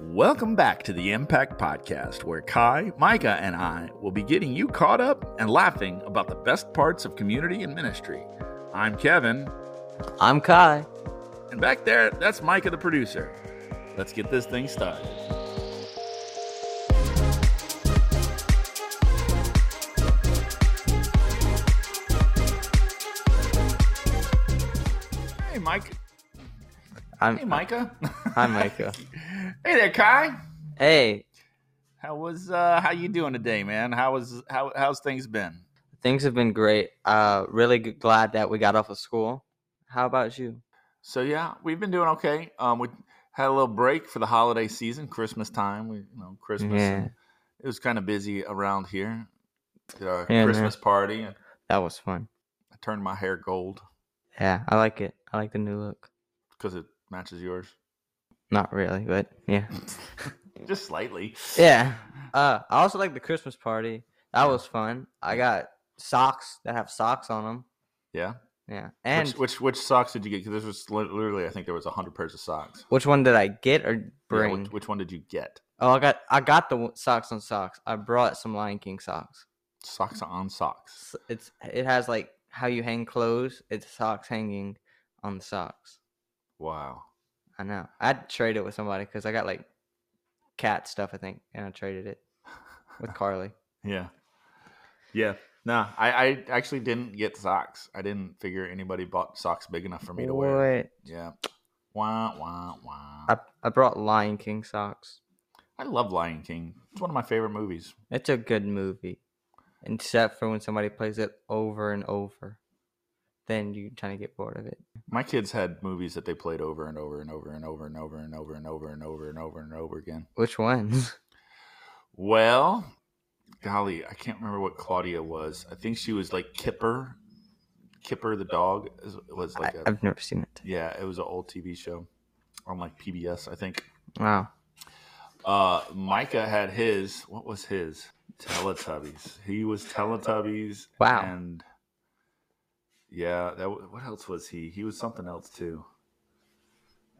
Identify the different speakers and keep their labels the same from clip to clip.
Speaker 1: Welcome back to the Impact Podcast, where Kai, Micah, and I will be getting you caught up and laughing about the best parts of community and ministry. I'm Kevin,
Speaker 2: I'm Kai.
Speaker 1: and back there, that's Micah the producer. Let's get this thing started. Hey, Mike. Hey,
Speaker 2: I'm
Speaker 1: Micah.
Speaker 2: Hi, Micah.
Speaker 1: hey there, Kai.
Speaker 2: hey,
Speaker 1: How was uh how you doing today, man? How was how how's things been?
Speaker 2: things have been great. Uh, really g- glad that we got off of school. How about you?
Speaker 1: So yeah, we've been doing okay. Um we had a little break for the holiday season, Christmas time. We you know, Christmas.
Speaker 2: Yeah.
Speaker 1: and It was kind of busy around here. Did our
Speaker 2: Yeah, man.
Speaker 1: Christmas party. I,
Speaker 2: That was fun.
Speaker 1: I turned my hair gold
Speaker 2: Yeah, I like it. I like the new look.
Speaker 1: because it matches yours.
Speaker 2: Not really, but yeah.
Speaker 1: Just slightly.
Speaker 2: Yeah. Uh, I also like the Christmas party. That was fun. I got socks that have socks on them.
Speaker 1: Yeah.
Speaker 2: Yeah. And
Speaker 1: which, which
Speaker 2: which,
Speaker 1: which socks did you get? Because this was li- literally, I think there was hundred pairs of socks.
Speaker 2: one did I get or
Speaker 1: Yeah,
Speaker 2: bring?
Speaker 1: which, which one did you get?
Speaker 2: oh, I got I got the w- socks on socks. I brought some Lion King socks.
Speaker 1: Socks on socks.
Speaker 2: s- it's it has like how you hang clothes. It's socks hanging on the socks.
Speaker 1: Wow.
Speaker 2: I know. I had to trade it with somebody because I got like cat stuff, I think, and I traded it with Carly.
Speaker 1: Yeah. Yeah. No, I, I actually didn't get socks. I didn't figure anybody bought socks big enough for me to wear.
Speaker 2: What?
Speaker 1: Yeah. Wah, wah, wah. I,
Speaker 2: I I brought Lion King socks.
Speaker 1: love Lion King. It's one of my favorite movies.
Speaker 2: It's a good movie, except for when somebody plays it over and over, then you kind of get bored of it.
Speaker 1: My kids had movies that they played over and over and over and over and over and over and over and over and over and over again.
Speaker 2: Which ones?
Speaker 1: Well, golly, I can't remember what Claudia was. I think she was like Kipper. Kipper the dog is- was like
Speaker 2: I,
Speaker 1: a
Speaker 2: I've never seen it.
Speaker 1: yeah, it was an old TV show on like PBS, I think.
Speaker 2: Wow.
Speaker 1: Uh, Micah had his. What was his? Teletubbies. He was Teletubbies.
Speaker 2: Wow.
Speaker 1: And yeah, that. wa- What else was he? He was something else too.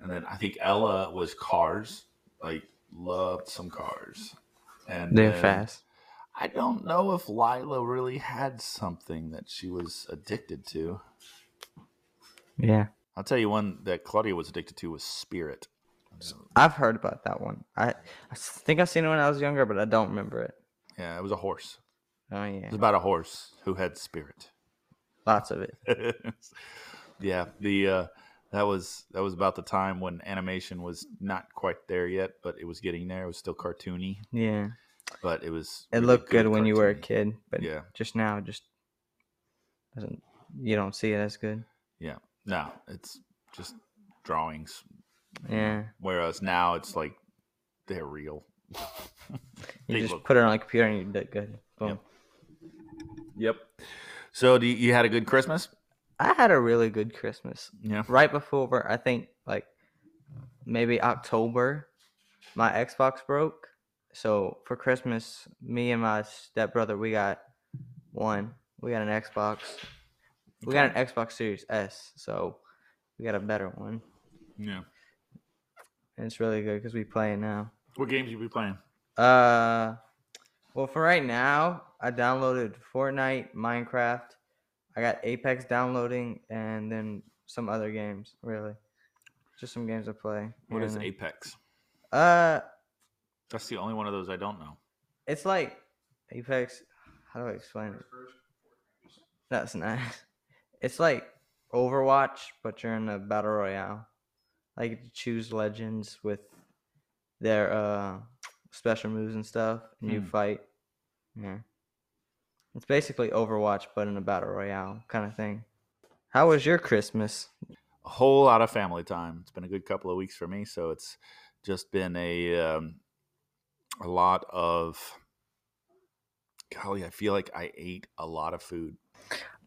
Speaker 1: And then I think Ella was Cars. Like loved some Cars. And
Speaker 2: They're
Speaker 1: then
Speaker 2: fast.
Speaker 1: I don't know if Lila really had something that she was addicted to.
Speaker 2: Yeah.
Speaker 1: I'll tell you one that Claudia was addicted to was Spirit.
Speaker 2: I've heard about that one. I, I s- think I've seen it when I was younger, but I don't remember it.
Speaker 1: Yeah, it was a horse.
Speaker 2: Oh
Speaker 1: It
Speaker 2: yeah,
Speaker 1: was about a horse who had spirit.
Speaker 2: lots of it.
Speaker 1: yeah, the uh, that was that was about the time when animation was not quite there yet, but it was getting there. It was still cartoony,
Speaker 2: Yeah,
Speaker 1: but it was.
Speaker 2: it
Speaker 1: really
Speaker 2: looked good when you were a
Speaker 1: cartoony.
Speaker 2: kid, but
Speaker 1: Yeah.
Speaker 2: just now, it just doesn't. You don't see it as good.
Speaker 1: No, it's just drawings. Mm-hmm.
Speaker 2: Yeah,
Speaker 1: Whereas now it's like they're real.
Speaker 2: you
Speaker 1: They
Speaker 2: just
Speaker 1: look-
Speaker 2: put it on a computer and you look good. Boom.
Speaker 1: Yep. Yep. So do you, you had a good Christmas?
Speaker 2: I had a really good Christmas.
Speaker 1: Yeah.
Speaker 2: Right before, I think like maybe October, my Xbox broke. So for Christmas, me and my stepbrother, we got one. We got an Xbox. We got an Xbox Series S. So we got a better one.
Speaker 1: Yeah.
Speaker 2: And it's really good because we play it now.
Speaker 1: What games you be playing?
Speaker 2: Uh, well, for right now, I downloaded Fortnite, Minecraft. I got Apex downloading, and then some other games. Really, just some games I play.
Speaker 1: What
Speaker 2: here
Speaker 1: is
Speaker 2: and there.
Speaker 1: Apex?
Speaker 2: Uh,
Speaker 1: That's the only one of those I don't know.
Speaker 2: it's like Apex. How do I explain it? That's nice. It's like Overwatch, but you're in a battle royale. Like you choose legends with their uh special moves and stuff, and you
Speaker 1: Hmm.
Speaker 2: fight. Yeah. It's basically Overwatch, but in a battle royale kind of thing. How was your Christmas?
Speaker 1: a whole lot of family time. It's been a good couple of weeks for me, so it's just been a um, a lot of. Golly, I feel like I ate a lot of food.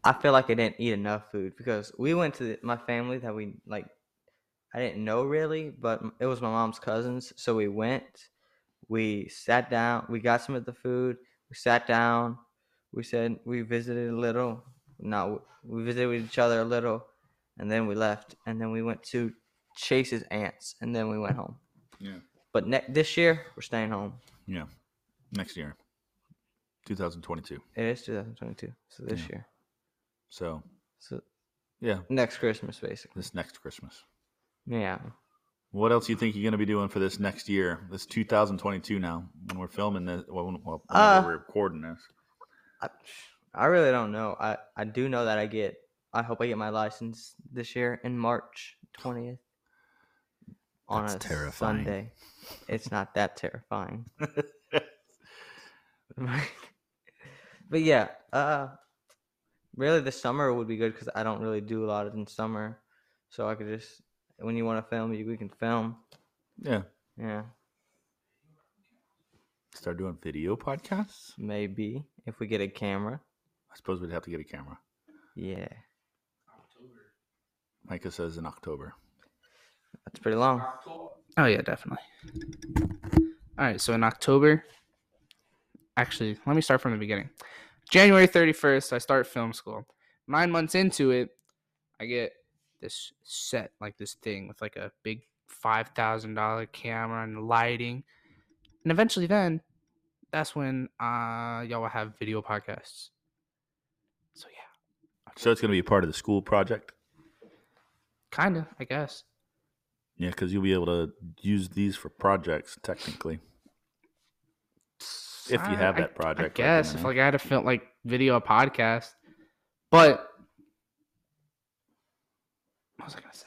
Speaker 2: I feel like I didn't eat enough food because we went to the, my family that we like. I didn't know really, but m- it was my mom's cousins, so we went. We sat down. We got some of the food. We sat down. We said we visited a little. No, we visited with each other a little, and then we left. And then we went to Chase's aunt's, and then we went home.
Speaker 1: Yeah.
Speaker 2: But ne- this year we're staying home.
Speaker 1: Yeah. Next year, 2022.
Speaker 2: It is 2022, so this
Speaker 1: Yeah.
Speaker 2: year,
Speaker 1: So,
Speaker 2: so
Speaker 1: yeah,
Speaker 2: next Christmas basically.
Speaker 1: this next Christmas.
Speaker 2: Yeah.
Speaker 1: What else you think you're going to be doing for this next year? This 2022 now, when we're filming this, well, when, well, when
Speaker 2: Uh,
Speaker 1: we're recording this.
Speaker 2: I, I really don't know. I, I do know that I get. I hope I get my license this year in March twentieth. On
Speaker 1: That's
Speaker 2: a
Speaker 1: terrifying.
Speaker 2: Sunday, it's not that terrifying. but yeah, uh, really, the summer would be good because I don't really do a lot in summer, so I could just when you want to film, you we can film.
Speaker 1: Yeah.
Speaker 2: Yeah,
Speaker 1: Start doing video podcasts.
Speaker 2: maybe if we get a camera.
Speaker 1: I suppose we'd have to get a camera.
Speaker 2: Yeah,
Speaker 1: Micah says in October.
Speaker 2: that's pretty long.
Speaker 3: Oh yeah, definitely. All right, so in October, actually, let me start from the beginning. January 31st, I start film school. 9 months into it, I get this set, like this thing with like a big $5,000 camera and lighting. And eventually then, that's when uh y'all will have video podcasts. So yeah,
Speaker 1: So it's going to be a part of the school project.
Speaker 3: kind of, I guess.
Speaker 1: Yeah, because you'll be able to use these for projects technically. If you
Speaker 3: I-
Speaker 1: have
Speaker 3: I-
Speaker 1: that project, like,
Speaker 3: I
Speaker 1: you
Speaker 3: guess if
Speaker 1: know.
Speaker 3: like I had to film like video a podcast, but what was I gonna say?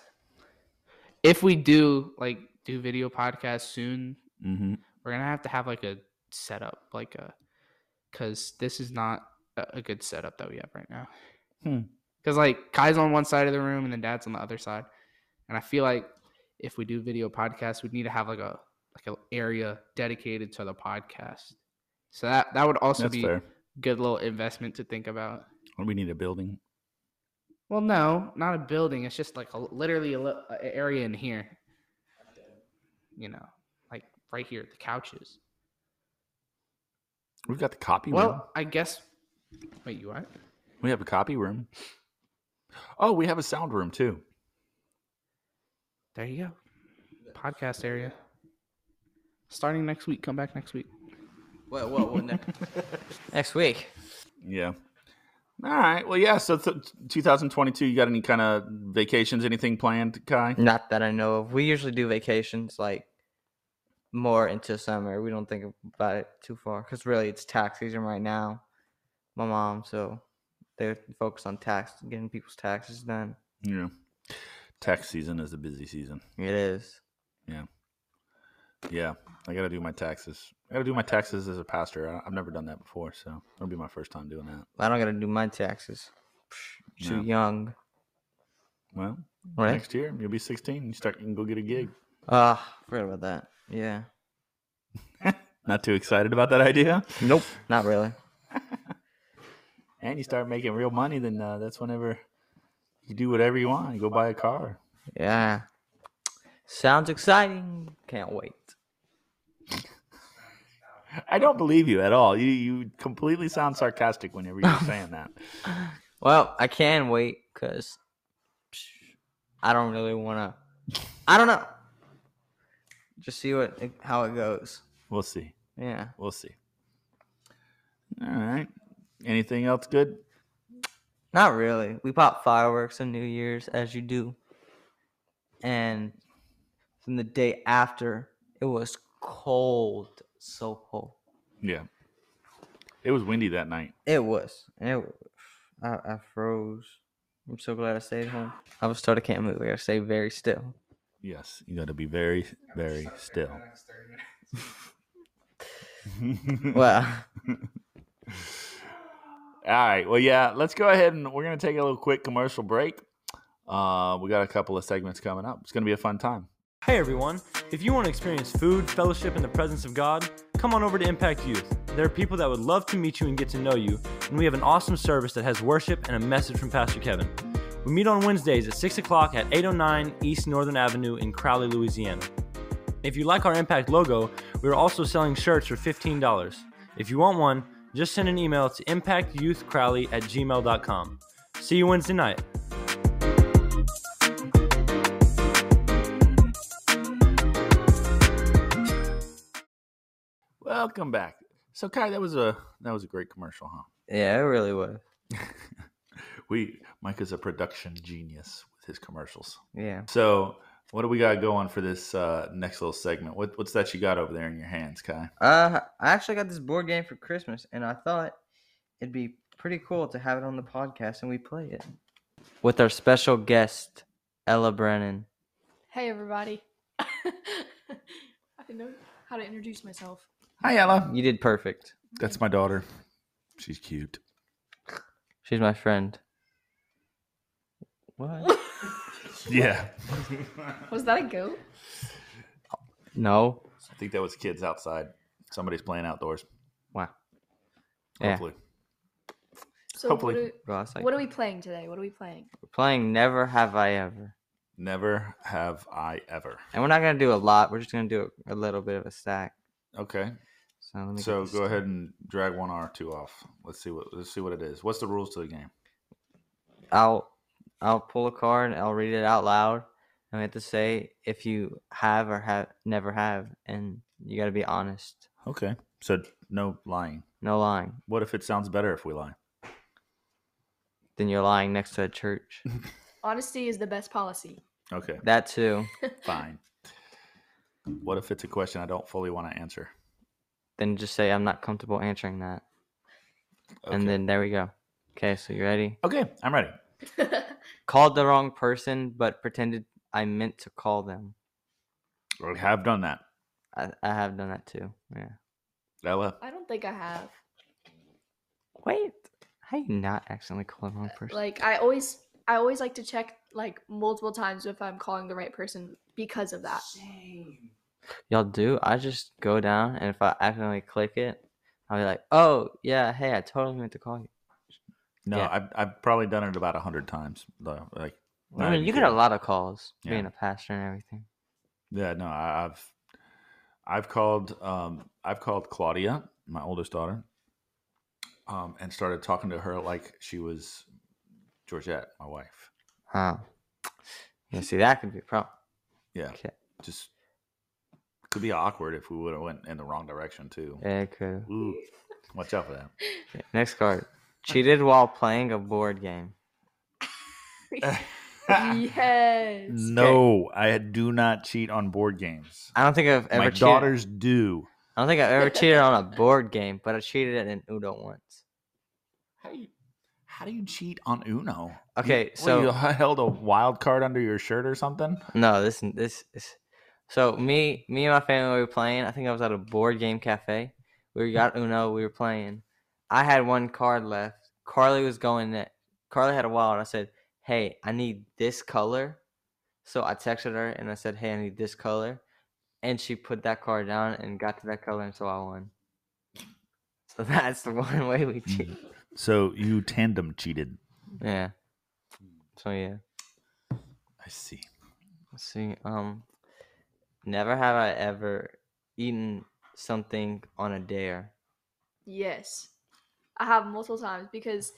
Speaker 3: If we do like do video podcast soon,
Speaker 1: Mm-hmm.
Speaker 3: we're gonna have to have like a setup, like a, because this is not a, a good setup that we have right now.
Speaker 1: Hmm.
Speaker 3: Because like Kai's on one side of the room and then Dad's on the other side, and I feel like if we do video podcasts, we'd need to have like a like an area dedicated to the podcast. So that that would also
Speaker 1: That's
Speaker 3: be
Speaker 1: fair.
Speaker 3: good little investment to think about.
Speaker 1: We need a building.
Speaker 3: Well, no, not a building. It's just like a, literally a, li- a area in here. You know, like right here, the couches.
Speaker 1: We've got the copy room.
Speaker 3: Well, I guess. Wait, you what?
Speaker 1: We have a copy room. Oh, we have a sound room too.
Speaker 3: There you go. Podcast area. Starting next week. Come back next week.
Speaker 2: Well, well, well ne- next week.
Speaker 1: Yeah. All right. Well, yeah. So, th- 2022. You got any kind of vacations? Anything planned, Kai?
Speaker 2: Not that I know of. We usually do vacations like more into summer. We don't think about it too far because really it's tax season right now. My mom, so they're focused on tax, getting people's taxes done.
Speaker 1: Yeah. Tax season is the busy season.
Speaker 2: It is.
Speaker 1: Yeah, I got to do my taxes. I got to do my taxes as a pastor. I, I've never done that before, so it'll be my first time doing that.
Speaker 2: I don't gotta do my taxes. Psh, Too
Speaker 1: No.
Speaker 2: young,
Speaker 1: Well,
Speaker 2: right?
Speaker 1: next year you'll be 16. You start. You can go get a gig.
Speaker 2: Ah, forgot about that. Yeah.
Speaker 1: Not too excited about that idea.
Speaker 2: Nope. Not really.
Speaker 1: And you start making real money, then uh, that's whenever you do whatever you want. You go buy a car.
Speaker 2: Yeah. Sounds exciting. Can't wait.
Speaker 1: I don't believe you at all. You you completely sound sarcastic whenever you're saying that.
Speaker 2: Well, I can wait because I don't really want to. I don't know. Just see what it- how it goes.
Speaker 1: We'll see.
Speaker 2: Yeah.
Speaker 1: We'll see. All right. Anything else good?
Speaker 2: Not really. We pop fireworks on New Year's as you do. And then the day after, it was cold. So cold.
Speaker 1: Yeah. It was windy that night.
Speaker 2: It was. And it, I, I froze. I'm so glad I stayed home. I was told I can't move. I gotta stay very still.
Speaker 1: Yes, you got to be very, very still.
Speaker 2: Well.
Speaker 1: All right. Well, yeah, let's go ahead and we're going to take a little quick commercial break. Uh, we got a couple of segments coming up. It's going to be a fun time.
Speaker 4: Hey everyone, if you want to experience food, fellowship, and the presence of God, come on over to Impact Youth. There are people that would love to meet you and get to know you, and we have an awesome service that has worship and a message from Pastor Kevin. We meet on Wednesdays at 6 o'clock at 809 East Northern Avenue in Crowley, Louisiana. If you like our Impact logo, we are also selling shirts for $15. If you want one, just send an email to impactyouthcrowley at gmail.com. See you Wednesday night.
Speaker 1: Welcome back. So Kai, that was a that was a great commercial, huh?
Speaker 2: Yeah, it really was.
Speaker 1: We Mike is a production genius with his commercials.
Speaker 2: Yeah.
Speaker 1: So what do we got going for this uh, next little segment? What, what's that you got over there in your hands, Kai?
Speaker 2: Uh, I actually got this board game for Christmas, and I thought it'd be pretty cool to have it on the podcast and we play it with our special guest Ella Brennan.
Speaker 5: Hey, everybody. I didn't know how to introduce myself.
Speaker 1: Hi, Ella.
Speaker 2: You did perfect.
Speaker 1: That's my daughter. She's cute.
Speaker 2: She's my friend. What?
Speaker 1: Yeah.
Speaker 5: Was that a goat?
Speaker 2: No.
Speaker 1: I think that was kids outside. Somebody's playing outdoors.
Speaker 2: Wow. Yeah.
Speaker 1: Hopefully.
Speaker 5: So
Speaker 1: Hopefully.
Speaker 5: What,
Speaker 2: Bro, it's
Speaker 5: are,
Speaker 2: like
Speaker 5: what are we playing today? What are we playing?
Speaker 2: we're playing Never Have I Ever.
Speaker 1: Never have I ever.
Speaker 2: And we're not gonna do a lot. We're just gonna do a, a little bit of a stack.
Speaker 1: Okay.
Speaker 2: So let me. get
Speaker 1: So
Speaker 2: this
Speaker 1: go
Speaker 2: started.
Speaker 1: ahead and drag one R two off. Let's see what let's see what it is. What's the rules to the game?
Speaker 2: I'll I'll pull a card and I'll read it out loud. And we have to say if you have or have never have, and you got to be honest,
Speaker 1: Okay. So no lying.
Speaker 2: no lying.
Speaker 1: What if it sounds better if we lie?
Speaker 2: Then you're lying next to a church.
Speaker 5: Honesty is the best policy.
Speaker 1: Okay.
Speaker 2: that too.
Speaker 1: Fine. What if it's a question I don't fully want to answer?
Speaker 2: Then just say I'm not comfortable answering that,
Speaker 1: Okay.
Speaker 2: and then there we go. Okay, so you ready?
Speaker 1: Okay, I'm ready.
Speaker 2: Called the wrong person, but pretended I meant to call them.
Speaker 1: I have done that.
Speaker 2: I, I have done that too. Yeah.
Speaker 1: Ella.
Speaker 5: I don't think I have.
Speaker 2: Wait, how you not accidentally call the wrong person?
Speaker 5: Like I always, I always like to check like multiple times if I'm calling the right person because of that.
Speaker 2: Y'all do? I just go down and if I accidentally click it, I'll be like, oh, yeah, hey, I totally meant to call you.
Speaker 1: No,
Speaker 2: Yeah.
Speaker 1: I've, I've probably done it about a hundred times. though. Like,
Speaker 2: I
Speaker 1: not
Speaker 2: mean,
Speaker 1: even
Speaker 2: you get a
Speaker 1: kidding.
Speaker 2: lot of calls
Speaker 1: Yeah.
Speaker 2: being a pastor and everything.
Speaker 1: Yeah, no, I, I've I've called um I've called Claudia, my oldest daughter, um, and started talking to her like she was Georgette, my wife.
Speaker 2: Huh. Yeah, see, that could be a problem.
Speaker 1: Yeah.
Speaker 2: Okay.
Speaker 1: Just could be awkward if we would have went in the wrong direction too.
Speaker 2: Yeah, it could.
Speaker 1: Ooh, watch out for that.
Speaker 2: Okay, Next card. Cheated while playing a board game.
Speaker 5: yes.
Speaker 1: no, I do not cheat on board games.
Speaker 2: I don't think I've ever
Speaker 1: my
Speaker 2: cheated.
Speaker 1: daughters do.
Speaker 2: I don't think I've ever cheated on a board game, but I cheated at an Uno once.
Speaker 1: How do you, how do you cheat on Uno? You-
Speaker 2: Okay,
Speaker 1: what,
Speaker 2: so-
Speaker 1: you held a wild card under your shirt or something.
Speaker 2: No, this this is so me me and my family were playing. I think I was at a board game cafe. We got Uno. We were playing. I had one card left. Carly was going next. Carly had a wild. I said, "Hey, I need this color." So I texted her and I said, "Hey, I need this color," and she put that card down and got to that color, and so I won. So that's the one way we cheat.
Speaker 1: So you tandem cheated.
Speaker 2: Yeah. So yeah.
Speaker 1: I see.
Speaker 2: Let's see. Um, never have I ever eaten something on a dare.
Speaker 5: Yes. I have multiple times because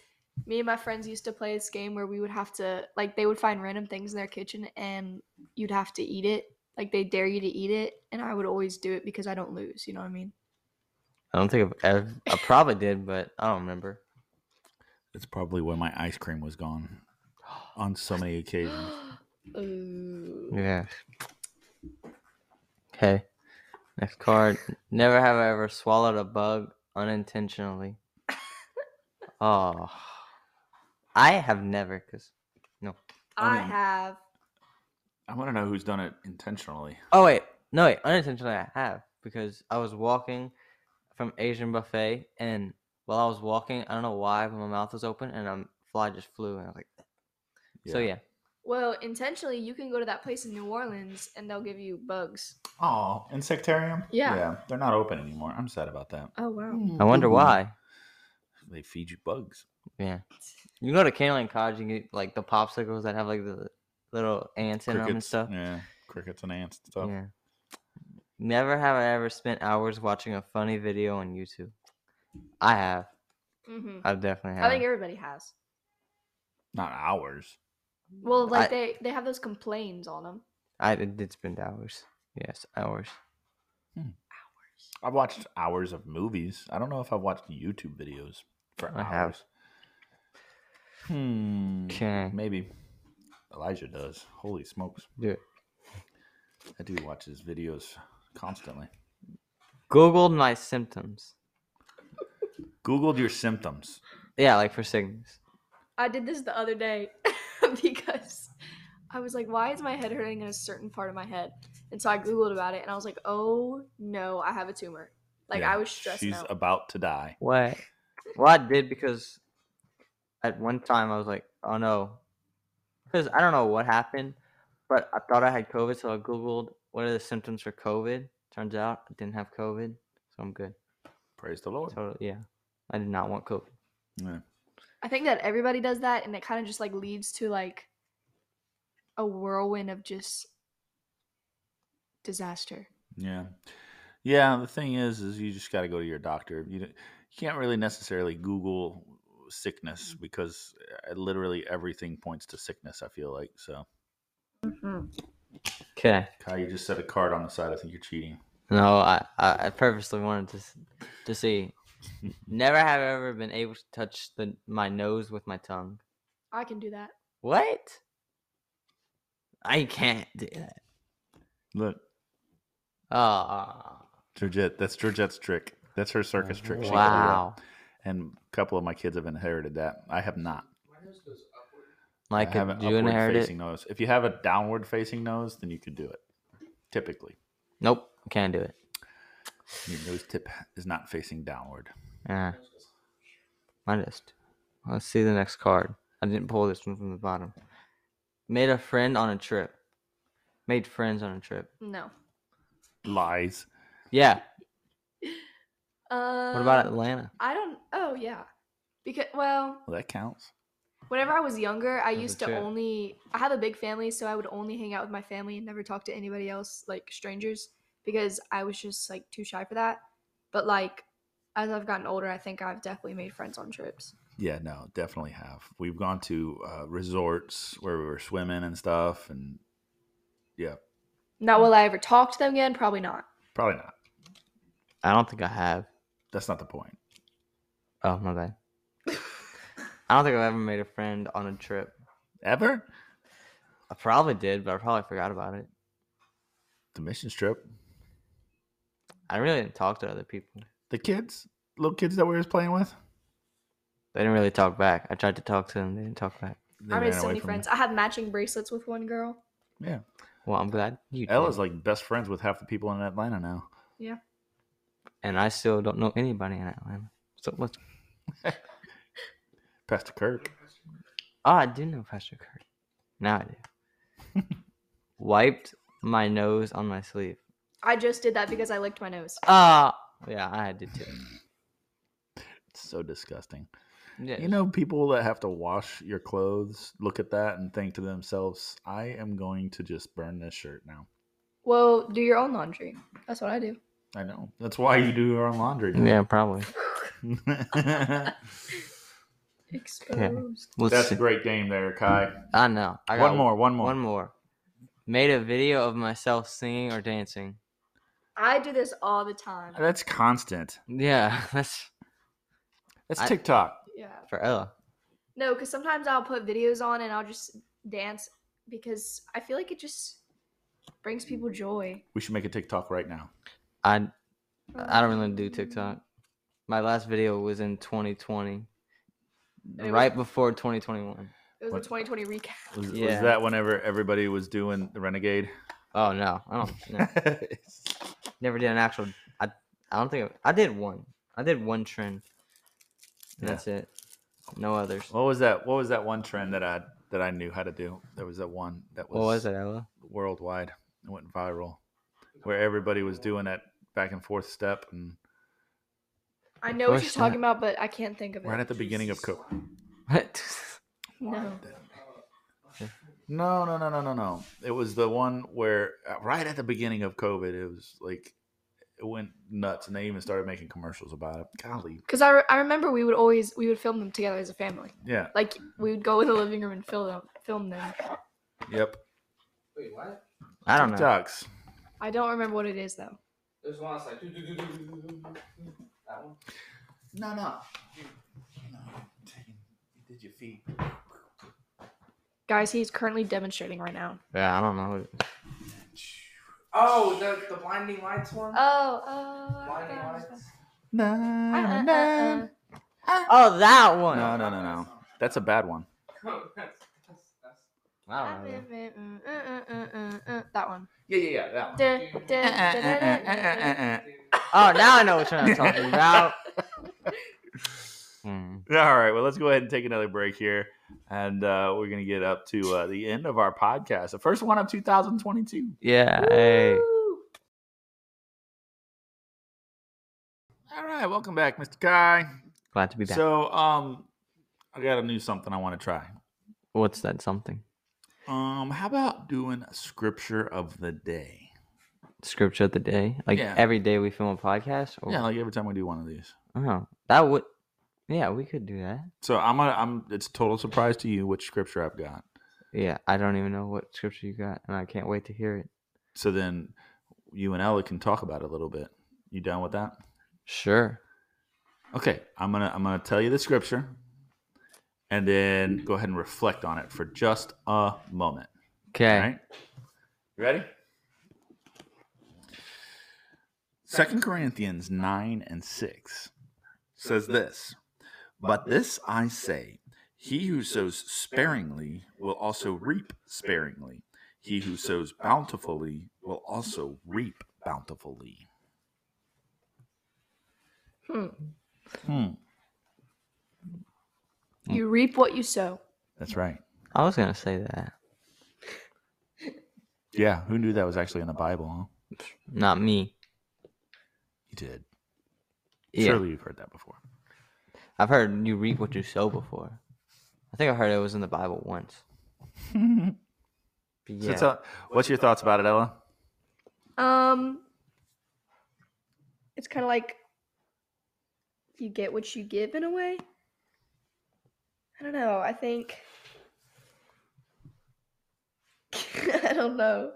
Speaker 5: me and my friends used to play this game where we would have to like they would find random things in their kitchen and you'd have to eat it. Like they dare you to eat it and I would always do it because I don't lose, you know what I mean?
Speaker 2: I don't think I've ever. I probably did, but I don't remember.
Speaker 1: That's probably why my ice cream was gone on so many occasions.
Speaker 5: Ooh.
Speaker 2: Yeah. Okay. Next card. never have I ever swallowed a bug unintentionally. oh. I have never, cause
Speaker 5: I
Speaker 1: Um,
Speaker 5: have
Speaker 1: I want to know who's done it intentionally.
Speaker 2: Oh wait, no wait, unintentionally I have because I was walking from Asian buffet and while I was walking, I don't know why, but my mouth was open and a fly just flew and I was like, so yeah,
Speaker 5: well, intentionally you can go to that place in New Orleans and they'll give you bugs.
Speaker 1: Oh, insectarium.
Speaker 5: Yeah.
Speaker 1: they're not open anymore. I'm sad about that.
Speaker 5: Oh wow.
Speaker 2: I wonder
Speaker 1: Ooh.
Speaker 2: why.
Speaker 1: They feed you bugs.
Speaker 2: Yeah, you go to Canline College, you get like the popsicles that have like the little ants in them and stuff.
Speaker 1: Yeah, crickets and ants and stuff.
Speaker 2: Yeah. Never have I ever spent hours watching a funny video on YouTube. I have.
Speaker 5: hmm
Speaker 2: I've definitely
Speaker 5: I
Speaker 2: have.
Speaker 5: think everybody has.
Speaker 1: Not ours.
Speaker 5: Well, like
Speaker 2: I-
Speaker 5: they they have those complaints on them.
Speaker 2: I did spend hours. Yes, hours.
Speaker 1: Hmm. I've watched hours of movies. I don't know if I've watched YouTube videos for
Speaker 2: I have.
Speaker 1: hours. Hmm.
Speaker 2: Okay.
Speaker 1: Maybe. Elijah does. Holy smokes.
Speaker 2: Do it.
Speaker 1: I do watch his videos constantly.
Speaker 2: Googled my symptoms.
Speaker 1: Googled your symptoms.
Speaker 2: Yeah, like for sickness.
Speaker 5: I did this the other day because I was like, why is my head hurting in a certain part of my head? And so I Googled about it and I was like, oh no, I have a tumor. Like
Speaker 1: Yeah,
Speaker 5: I was stressed
Speaker 1: She's
Speaker 5: out.
Speaker 1: about to die.
Speaker 2: What? Well, I did because at one time I was like, oh no. Because I don't know what happened, but I thought I had COVID, so I Googled what are the symptoms for COVID. Turns out I didn't have COVID, so I'm good.
Speaker 1: Praise the Lord.
Speaker 2: So yeah, I did not want COVID.
Speaker 1: Yeah.
Speaker 5: I think that everybody does that and it kind of just like leads to like a whirlwind of just disaster.
Speaker 1: Yeah. Yeah, the thing is is you just got to go to your doctor. You don't- you can't really necessarily google sickness
Speaker 5: Mm.
Speaker 1: because uh, literally everything points to sickness, I feel like. So,
Speaker 2: Okay.
Speaker 1: Kai, you just set a card on the side. I think you're cheating.
Speaker 2: No, I, I I purposely wanted to s- to see. Never have I ever been able to touch the my nose with my tongue.
Speaker 5: I can do that.
Speaker 2: What? I can't do that.
Speaker 1: Look,
Speaker 2: Oh,
Speaker 1: Georgette, that's Georgette's trick. That's her circus trick. She got it
Speaker 2: wow.
Speaker 1: up. And a couple of my kids have inherited that. I have not.
Speaker 2: Like,
Speaker 1: I have an
Speaker 2: do you
Speaker 1: upward
Speaker 2: inherit it?
Speaker 1: facing nose. If you have a downward facing nose, then you could do it. Typically,
Speaker 2: Nope, can't do it.
Speaker 1: your nose tip is not facing downward.
Speaker 2: Yeah. I just. Let's see the next card. I didn't pull this one from the bottom. Made a friend on a trip. Made friends on a trip.
Speaker 5: No.
Speaker 1: Lies.
Speaker 2: Yeah.
Speaker 5: Um,
Speaker 2: What about
Speaker 5: Uh,
Speaker 2: Atlanta?
Speaker 5: I don't. Oh yeah, because well,
Speaker 1: Well, that counts.
Speaker 5: whenever I was younger, I
Speaker 2: Those are
Speaker 5: used to
Speaker 2: two.
Speaker 5: only. I have a big family, so I would only hang out with my family and never talk to anybody else, like strangers, because I was just like too shy for that. But like, as I've gotten older, I think I've definitely made friends on trips.
Speaker 1: Yeah, no, definitely have. We've gone to uh, resorts where we were swimming and stuff, and yeah,
Speaker 5: Now, will I ever talk to them again? Probably not.
Speaker 1: probably not.
Speaker 2: I don't think I have.
Speaker 1: That's not the point.
Speaker 2: Oh my bad. I don't think I've ever made a friend on a trip.
Speaker 1: Ever
Speaker 2: I probably did, but I probably forgot about it.
Speaker 1: the missions trip,
Speaker 2: I really didn't talk to other people.
Speaker 1: the kids, little kids that we was playing with.
Speaker 2: They didn't really talk back. I tried to talk to them. They didn't talk back.
Speaker 1: They
Speaker 5: I
Speaker 1: ran
Speaker 5: made so
Speaker 1: away
Speaker 5: many
Speaker 1: from
Speaker 5: friends.
Speaker 1: me.
Speaker 5: I have matching bracelets with one girl.
Speaker 1: Yeah,
Speaker 2: Well, I'm glad you. did.
Speaker 1: Ella's like best friends with half the people in Atlanta now.
Speaker 2: and I still don't know anybody in Atlanta. So what's?
Speaker 1: Pastor Kirk.
Speaker 2: Oh, I do know Pastor Kurt. Now I do. Wiped my nose on my sleeve.
Speaker 5: I just did that because I licked my nose.
Speaker 2: Ah, yeah, I did too.
Speaker 1: It's so disgusting.
Speaker 2: Yeah,
Speaker 1: You know, people that have to wash your clothes look at that and think to themselves, I am going to just burn this shirt now.
Speaker 5: Well, do your own laundry. That's what I do.
Speaker 1: I know. That's why you do your own laundry.
Speaker 2: yeah, probably.
Speaker 1: Yeah.
Speaker 5: Exposed.
Speaker 2: Let's
Speaker 1: That's
Speaker 2: see.
Speaker 1: a great game there, Kai.
Speaker 2: I know. I got
Speaker 1: One more, one more.
Speaker 2: One more. Made a video of myself singing or dancing.
Speaker 5: I do this all the time.
Speaker 1: Uh, That's constant.
Speaker 2: Yeah, that's
Speaker 1: That's
Speaker 2: I-
Speaker 1: TikTok.
Speaker 5: Yeah.
Speaker 2: for oh, Ella.
Speaker 5: No, because sometimes I'll put videos on and I'll just dance because I feel like it just brings people joy.
Speaker 1: We should make a TikTok right now.
Speaker 2: I I don't really do TikTok. My last video was in 2020,
Speaker 5: It was-
Speaker 2: right before 2021.
Speaker 5: It was
Speaker 1: What-
Speaker 5: a 2020 recap.
Speaker 1: Was, was
Speaker 2: Yeah.
Speaker 1: that whenever everybody was doing the Renegade?
Speaker 2: Oh no, I don't no, never did an actual. I I don't think I, I did one. I did one trend. And
Speaker 1: Yeah.
Speaker 2: That's it. No others.
Speaker 1: what was that? What was that one trend that I that I knew how to do? There was that one that was
Speaker 2: what was it, Ella?
Speaker 1: worldwide. It went viral, where everybody was doing that back and forth step, and
Speaker 5: I know what you're
Speaker 2: course
Speaker 5: talking about, but I can't think of it.
Speaker 1: right at the beginning of Cook.
Speaker 2: What?
Speaker 5: no.
Speaker 1: No, no, no, no, no, no. It was the one where uh, right at the beginning of COVID, it was like it went nuts, and they even started making commercials about it. Golly,
Speaker 5: Because I, re- I remember we would always we would film them together as a family.
Speaker 1: yeah,
Speaker 5: Like we would go in the living room and film them. Film them.
Speaker 1: yep.
Speaker 2: I don't know.
Speaker 1: TikToks.
Speaker 5: I don't remember what it is though.
Speaker 3: There's one that's like do, do, do, do, do, do, do, do. that one.
Speaker 1: No, no. No, you did your feet.
Speaker 5: Guys, he's currently demonstrating right now.
Speaker 2: Yeah, I don't know.
Speaker 3: Oh, the, the blinding lights one.
Speaker 5: Oh, oh.
Speaker 1: No, uh,
Speaker 2: Oh, that one.
Speaker 1: No, no, no, no. That's a bad one.
Speaker 2: I don't know.
Speaker 5: Uh, That one.
Speaker 1: Yeah, yeah, yeah, that
Speaker 2: Uh,
Speaker 1: Uh,
Speaker 2: Oh, now I know what you're talking about. Hmm.
Speaker 1: All right, well, let's go ahead and take another break here, and uh, we're gonna get up to uh, the end of our podcast, the first one of 2022.
Speaker 2: Yeah. uh. Hey.
Speaker 1: All right, welcome back, Mr. Kai.
Speaker 2: Glad to be back.
Speaker 1: So, um, I got a new something I want to try.
Speaker 2: What's that something?
Speaker 1: Um, how about doing a scripture of the day?
Speaker 2: Scripture of the day. Like
Speaker 1: Yeah.
Speaker 2: every day we film a podcast. Or...
Speaker 1: Yeah, like every time we do one of these.
Speaker 2: Oh, that would. Yeah, we could do that.
Speaker 1: So I'm gonna, I'm. It's a total surprise to you which scripture I've got.
Speaker 2: Yeah, I don't even know what scripture you got, and I can't wait to hear it.
Speaker 1: So then you and Ella can talk about it a little bit. You down with that?
Speaker 2: Sure.
Speaker 1: Okay, I'm gonna I'm gonna tell you the scripture, and then go ahead and reflect on it for just a moment.
Speaker 2: Okay.
Speaker 1: All right, you ready? Second Corinthians nine and six says this, but this I say: He who sows sparingly will also reap sparingly; he who sows bountifully will also reap bountifully.
Speaker 5: Hmm.
Speaker 1: Hmm.
Speaker 5: You reap what you sow.
Speaker 1: That's right.
Speaker 2: I was gonna say that.
Speaker 1: Yeah, who knew that was actually in the Bible? Huh?
Speaker 2: Not me.
Speaker 1: You did.
Speaker 2: Yeah.
Speaker 1: Surely you've heard that before.
Speaker 2: I've heard you reap what you sow before. I think I heard it was in the Bible once. But
Speaker 1: So
Speaker 2: yeah.
Speaker 1: tell- what's your thoughts about it, Ella?
Speaker 5: Um, it's kind of like you get what you give in a way. I don't know. I think I don't know.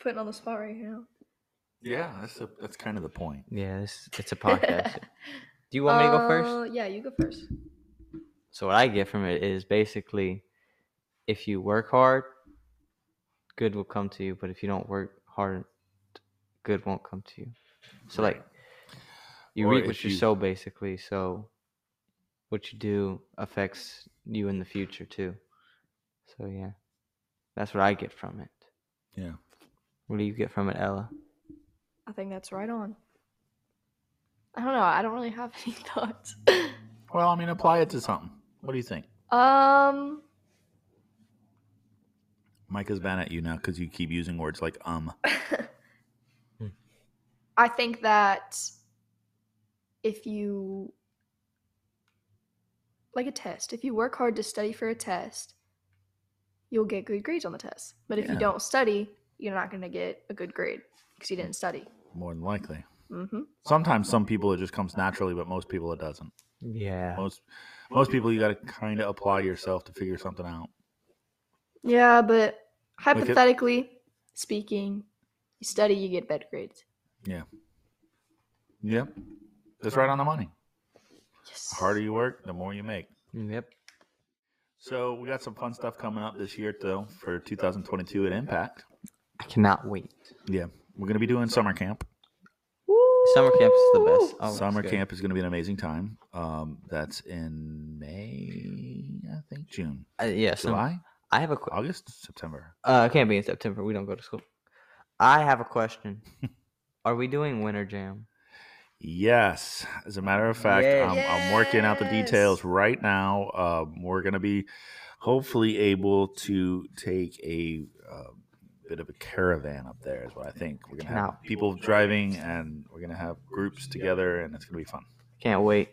Speaker 5: Putting on the spot right now.
Speaker 1: Yeah, that's a, that's kind of the point.
Speaker 2: yeah, this, it's a podcast. Do you want me to go first?
Speaker 5: Uh, Yeah, you go first.
Speaker 2: So what I get from it is basically, if you work hard, good will come to you. But if you don't work hard, good won't come to you. So
Speaker 1: Right.
Speaker 2: like, you
Speaker 1: Or
Speaker 2: reap
Speaker 1: if
Speaker 2: what you,
Speaker 1: you-
Speaker 2: sow, basically. So what you do affects you in the future too. So yeah, that's what I get from it.
Speaker 1: Yeah.
Speaker 2: What do you get from it, Ella?
Speaker 5: I think that's right on. I don't know. I don't really have any thoughts.
Speaker 1: Well, I mean, apply it to something. What do you think?
Speaker 5: um,
Speaker 1: Mike is mad at you now because you keep using words like um.
Speaker 5: I think that if you like a test, if you work hard to study for a test, you'll get good grades on the test. But if
Speaker 1: Yeah.
Speaker 5: you don't study, you're not going to get a good grade because you didn't study.
Speaker 1: More than likely.
Speaker 5: hmm
Speaker 1: Sometimes some people it just comes naturally, but most people it doesn't.
Speaker 2: Yeah.
Speaker 1: Most most people you got to kind of apply yourself to figure something out.
Speaker 5: Yeah, but
Speaker 1: it-
Speaker 5: hypothetically speaking, you study, you get better grades.
Speaker 1: Yep. That's right on the money.
Speaker 5: Yes.
Speaker 1: The harder you work, the more you make.
Speaker 2: Yep.
Speaker 1: So we got some fun stuff coming up this year though for 2022 at Impact.
Speaker 2: I cannot wait.
Speaker 1: Yeah, we're gonna be doing summer camp.
Speaker 2: Summer camp is the best. Oh, it's
Speaker 1: Summer
Speaker 2: good.
Speaker 1: camp is going to be an amazing time. Um, that's in May, I think, June,
Speaker 2: Uh, yeah. So
Speaker 1: July,
Speaker 2: I have a qu-
Speaker 1: August, September.
Speaker 2: Uh, it can't be in September. We don't go to school. I have a question. Are we doing Winter Jam?
Speaker 1: Yes, as a matter of fact,
Speaker 2: Yay.
Speaker 1: I'm, I'm working out the details
Speaker 5: Yes.
Speaker 1: right now. Um, we're going to be hopefully able to take a uh, bit of a caravan up there, is what I think. We're going to have
Speaker 2: Now-
Speaker 1: people driving, and we're going to have groups together, and it's going to be fun.
Speaker 2: Can't wait.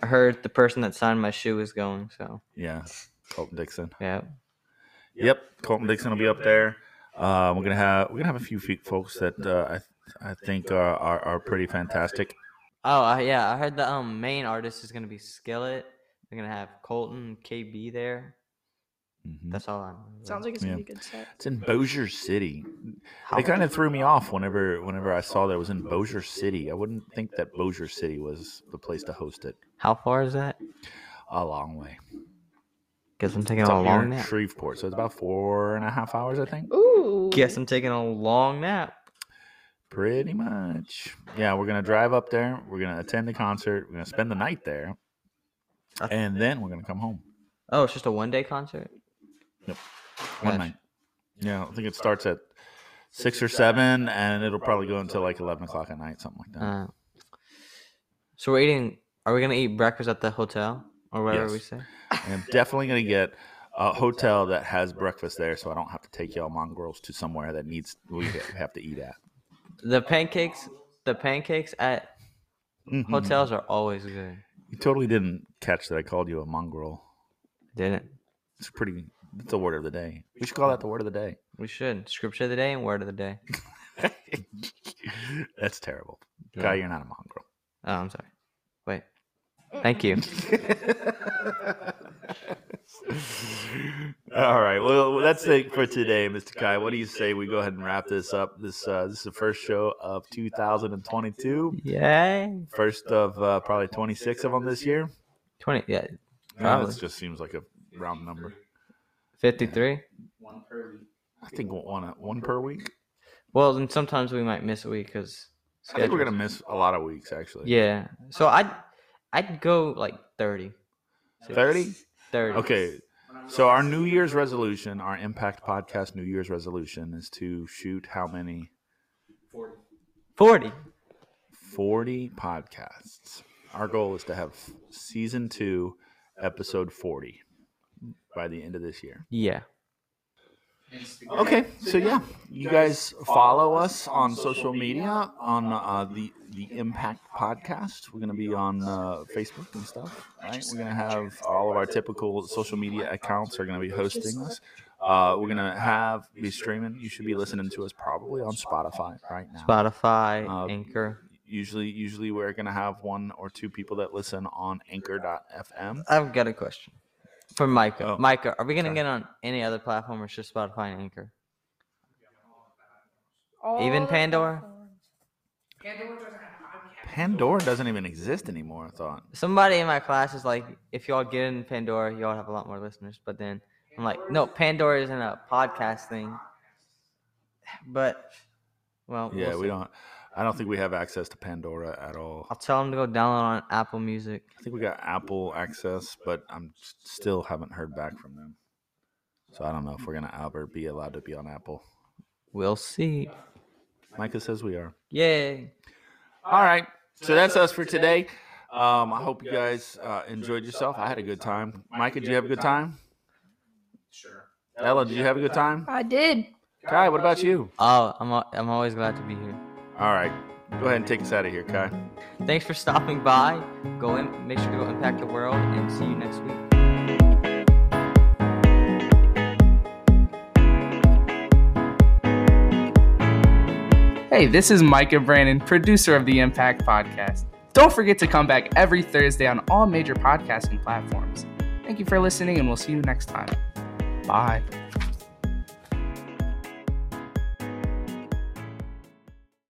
Speaker 2: I heard the person that signed my shoe is going. So
Speaker 1: Yeah, Colton Dixon.
Speaker 2: yeah,
Speaker 1: Yep, Colton Dixon will be up there. Um, we're gonna have we're gonna have a few fe- folks that uh, I I think are, are are pretty fantastic.
Speaker 2: Oh, I, yeah. I heard the um main artist is gonna be Skillet. They're gonna have Colton, KB there.
Speaker 1: Mhm.
Speaker 2: That's all I know.
Speaker 5: Sounds like it's
Speaker 1: Yeah.
Speaker 5: gonna be a good set.
Speaker 1: It's in Bossier City.
Speaker 2: How-
Speaker 1: It kind of threw me off whenever whenever I saw that it was in Bossier City. I wouldn't think that Bossier City was the place to host it.
Speaker 2: How far is that?
Speaker 1: A long way.
Speaker 2: Guess I'm taking
Speaker 1: It's
Speaker 2: a
Speaker 1: up here
Speaker 2: long
Speaker 1: in
Speaker 2: nap.
Speaker 1: Shreveport, so it's about four and a half hours, I think.
Speaker 5: Ooh.
Speaker 2: Guess I'm taking a long nap.
Speaker 1: Pretty much. Yeah, we're gonna drive up there. We're gonna attend the concert. We're gonna spend the night there,
Speaker 2: That's-
Speaker 1: and then we're gonna come home
Speaker 2: Oh, it's just a one day concert.
Speaker 1: one
Speaker 2: Gotcha.
Speaker 1: night. Yeah, I think it starts at six or seven, and it'll probably go until like eleven o'clock at night, something like that.
Speaker 2: Uh, so we're eating. Are we gonna eat breakfast at the hotel or whatever
Speaker 1: Yes.
Speaker 2: we say?
Speaker 1: And I'm definitely going to get a hotel that has breakfast there so I don't have to take y'all mongrels to somewhere that needs we ha- have to eat at.
Speaker 2: The pancakes. The pancakes at hotels are always good.
Speaker 1: Mm-hmm. You totally didn't catch that I called you a mongrel.
Speaker 2: Didn't
Speaker 1: It's pretty it's the word of the day. We should call that the word of the day.
Speaker 2: we? Should scripture of the day and word of the day.
Speaker 1: That's terrible.
Speaker 2: Yeah.
Speaker 1: Guy, you're not a mongrel.
Speaker 2: Oh, I'm sorry. Wait. Thank you.
Speaker 1: All right. Well, that's it for today, Mr. Kai. What do you say we go ahead and wrap this up? This uh, this is the first show of 2022.
Speaker 2: Yay.
Speaker 1: First of uh, probably 26 of them this year.
Speaker 2: Twenty. Yeah.
Speaker 1: Yeah,
Speaker 2: Probably.
Speaker 1: this just seems like a round number.
Speaker 2: Fifty-three.
Speaker 1: I think one one per week.
Speaker 2: Well, then sometimes we might miss a week because.
Speaker 1: I think we're gonna miss a lot of weeks actually.
Speaker 2: Yeah. So I'd I'd go like thirty.
Speaker 1: thirty.
Speaker 2: Thirty.
Speaker 1: Okay, so our New Year's resolution, our Impact Podcast New Year's resolution, is to shoot how many
Speaker 2: Forty.
Speaker 1: forty podcasts. Our goal is to have season two, episode forty, by the end of this year.
Speaker 2: Yeah.
Speaker 1: Okay, so yeah, you guys follow us on social media on uh, the the Impact Podcast. We're gonna be on uh, Facebook and stuff. Right, we're gonna have all of our typical social media accounts are gonna be hosting us. Uh, we're gonna have be streaming. You should be listening to us probably on Spotify right now.
Speaker 2: Spotify,
Speaker 1: Uh,
Speaker 2: Anchor.
Speaker 1: Usually, usually we're gonna have one or two people that listen on Anchor.fm.
Speaker 2: I've got a question for Micah.
Speaker 1: Oh,
Speaker 2: Micah, are we gonna
Speaker 1: sorry.
Speaker 2: get on any other platform or it's just Spotify and Anchor?
Speaker 5: All
Speaker 2: Even
Speaker 5: the
Speaker 2: Pandora?
Speaker 5: platforms.
Speaker 1: Pandora doesn't even exist anymore. I thought.
Speaker 2: Somebody in my class is like, if y'all get in Pandora, y'all have a lot more listeners. But then I'm like, no, Pandora isn't a podcast thing. But well,
Speaker 1: Yeah,
Speaker 2: we'll
Speaker 1: we
Speaker 2: see.
Speaker 1: don't. I don't think we have access to Pandora at all.
Speaker 2: I'll tell them to go download on Apple Music.
Speaker 1: I think we got Apple access, but I'm s- still haven't heard back from them. So I don't know if we're gonna ever be allowed to be on Apple.
Speaker 2: We'll see.
Speaker 1: Micah says we are.
Speaker 2: Yay.
Speaker 1: All right. So that's us for today. Um, I hope you guys uh, enjoyed yourself. I had a good time. Micah, did you have a good time? Sure. Ella, did you have a good time?
Speaker 5: I did.
Speaker 1: Kai, what about you?
Speaker 2: Oh, I'm al- I'm always glad to be here.
Speaker 1: All right. Go ahead and take us out of here, Kai.
Speaker 2: Thanks for stopping by. Go in, make sure to go impact the world, and see you next week.
Speaker 3: Hey, this is Micah Brandon, producer of the Impact Podcast. Don't forget to come back every Thursday on all major podcasting platforms. Thank you for listening, and we'll see you next time. Bye.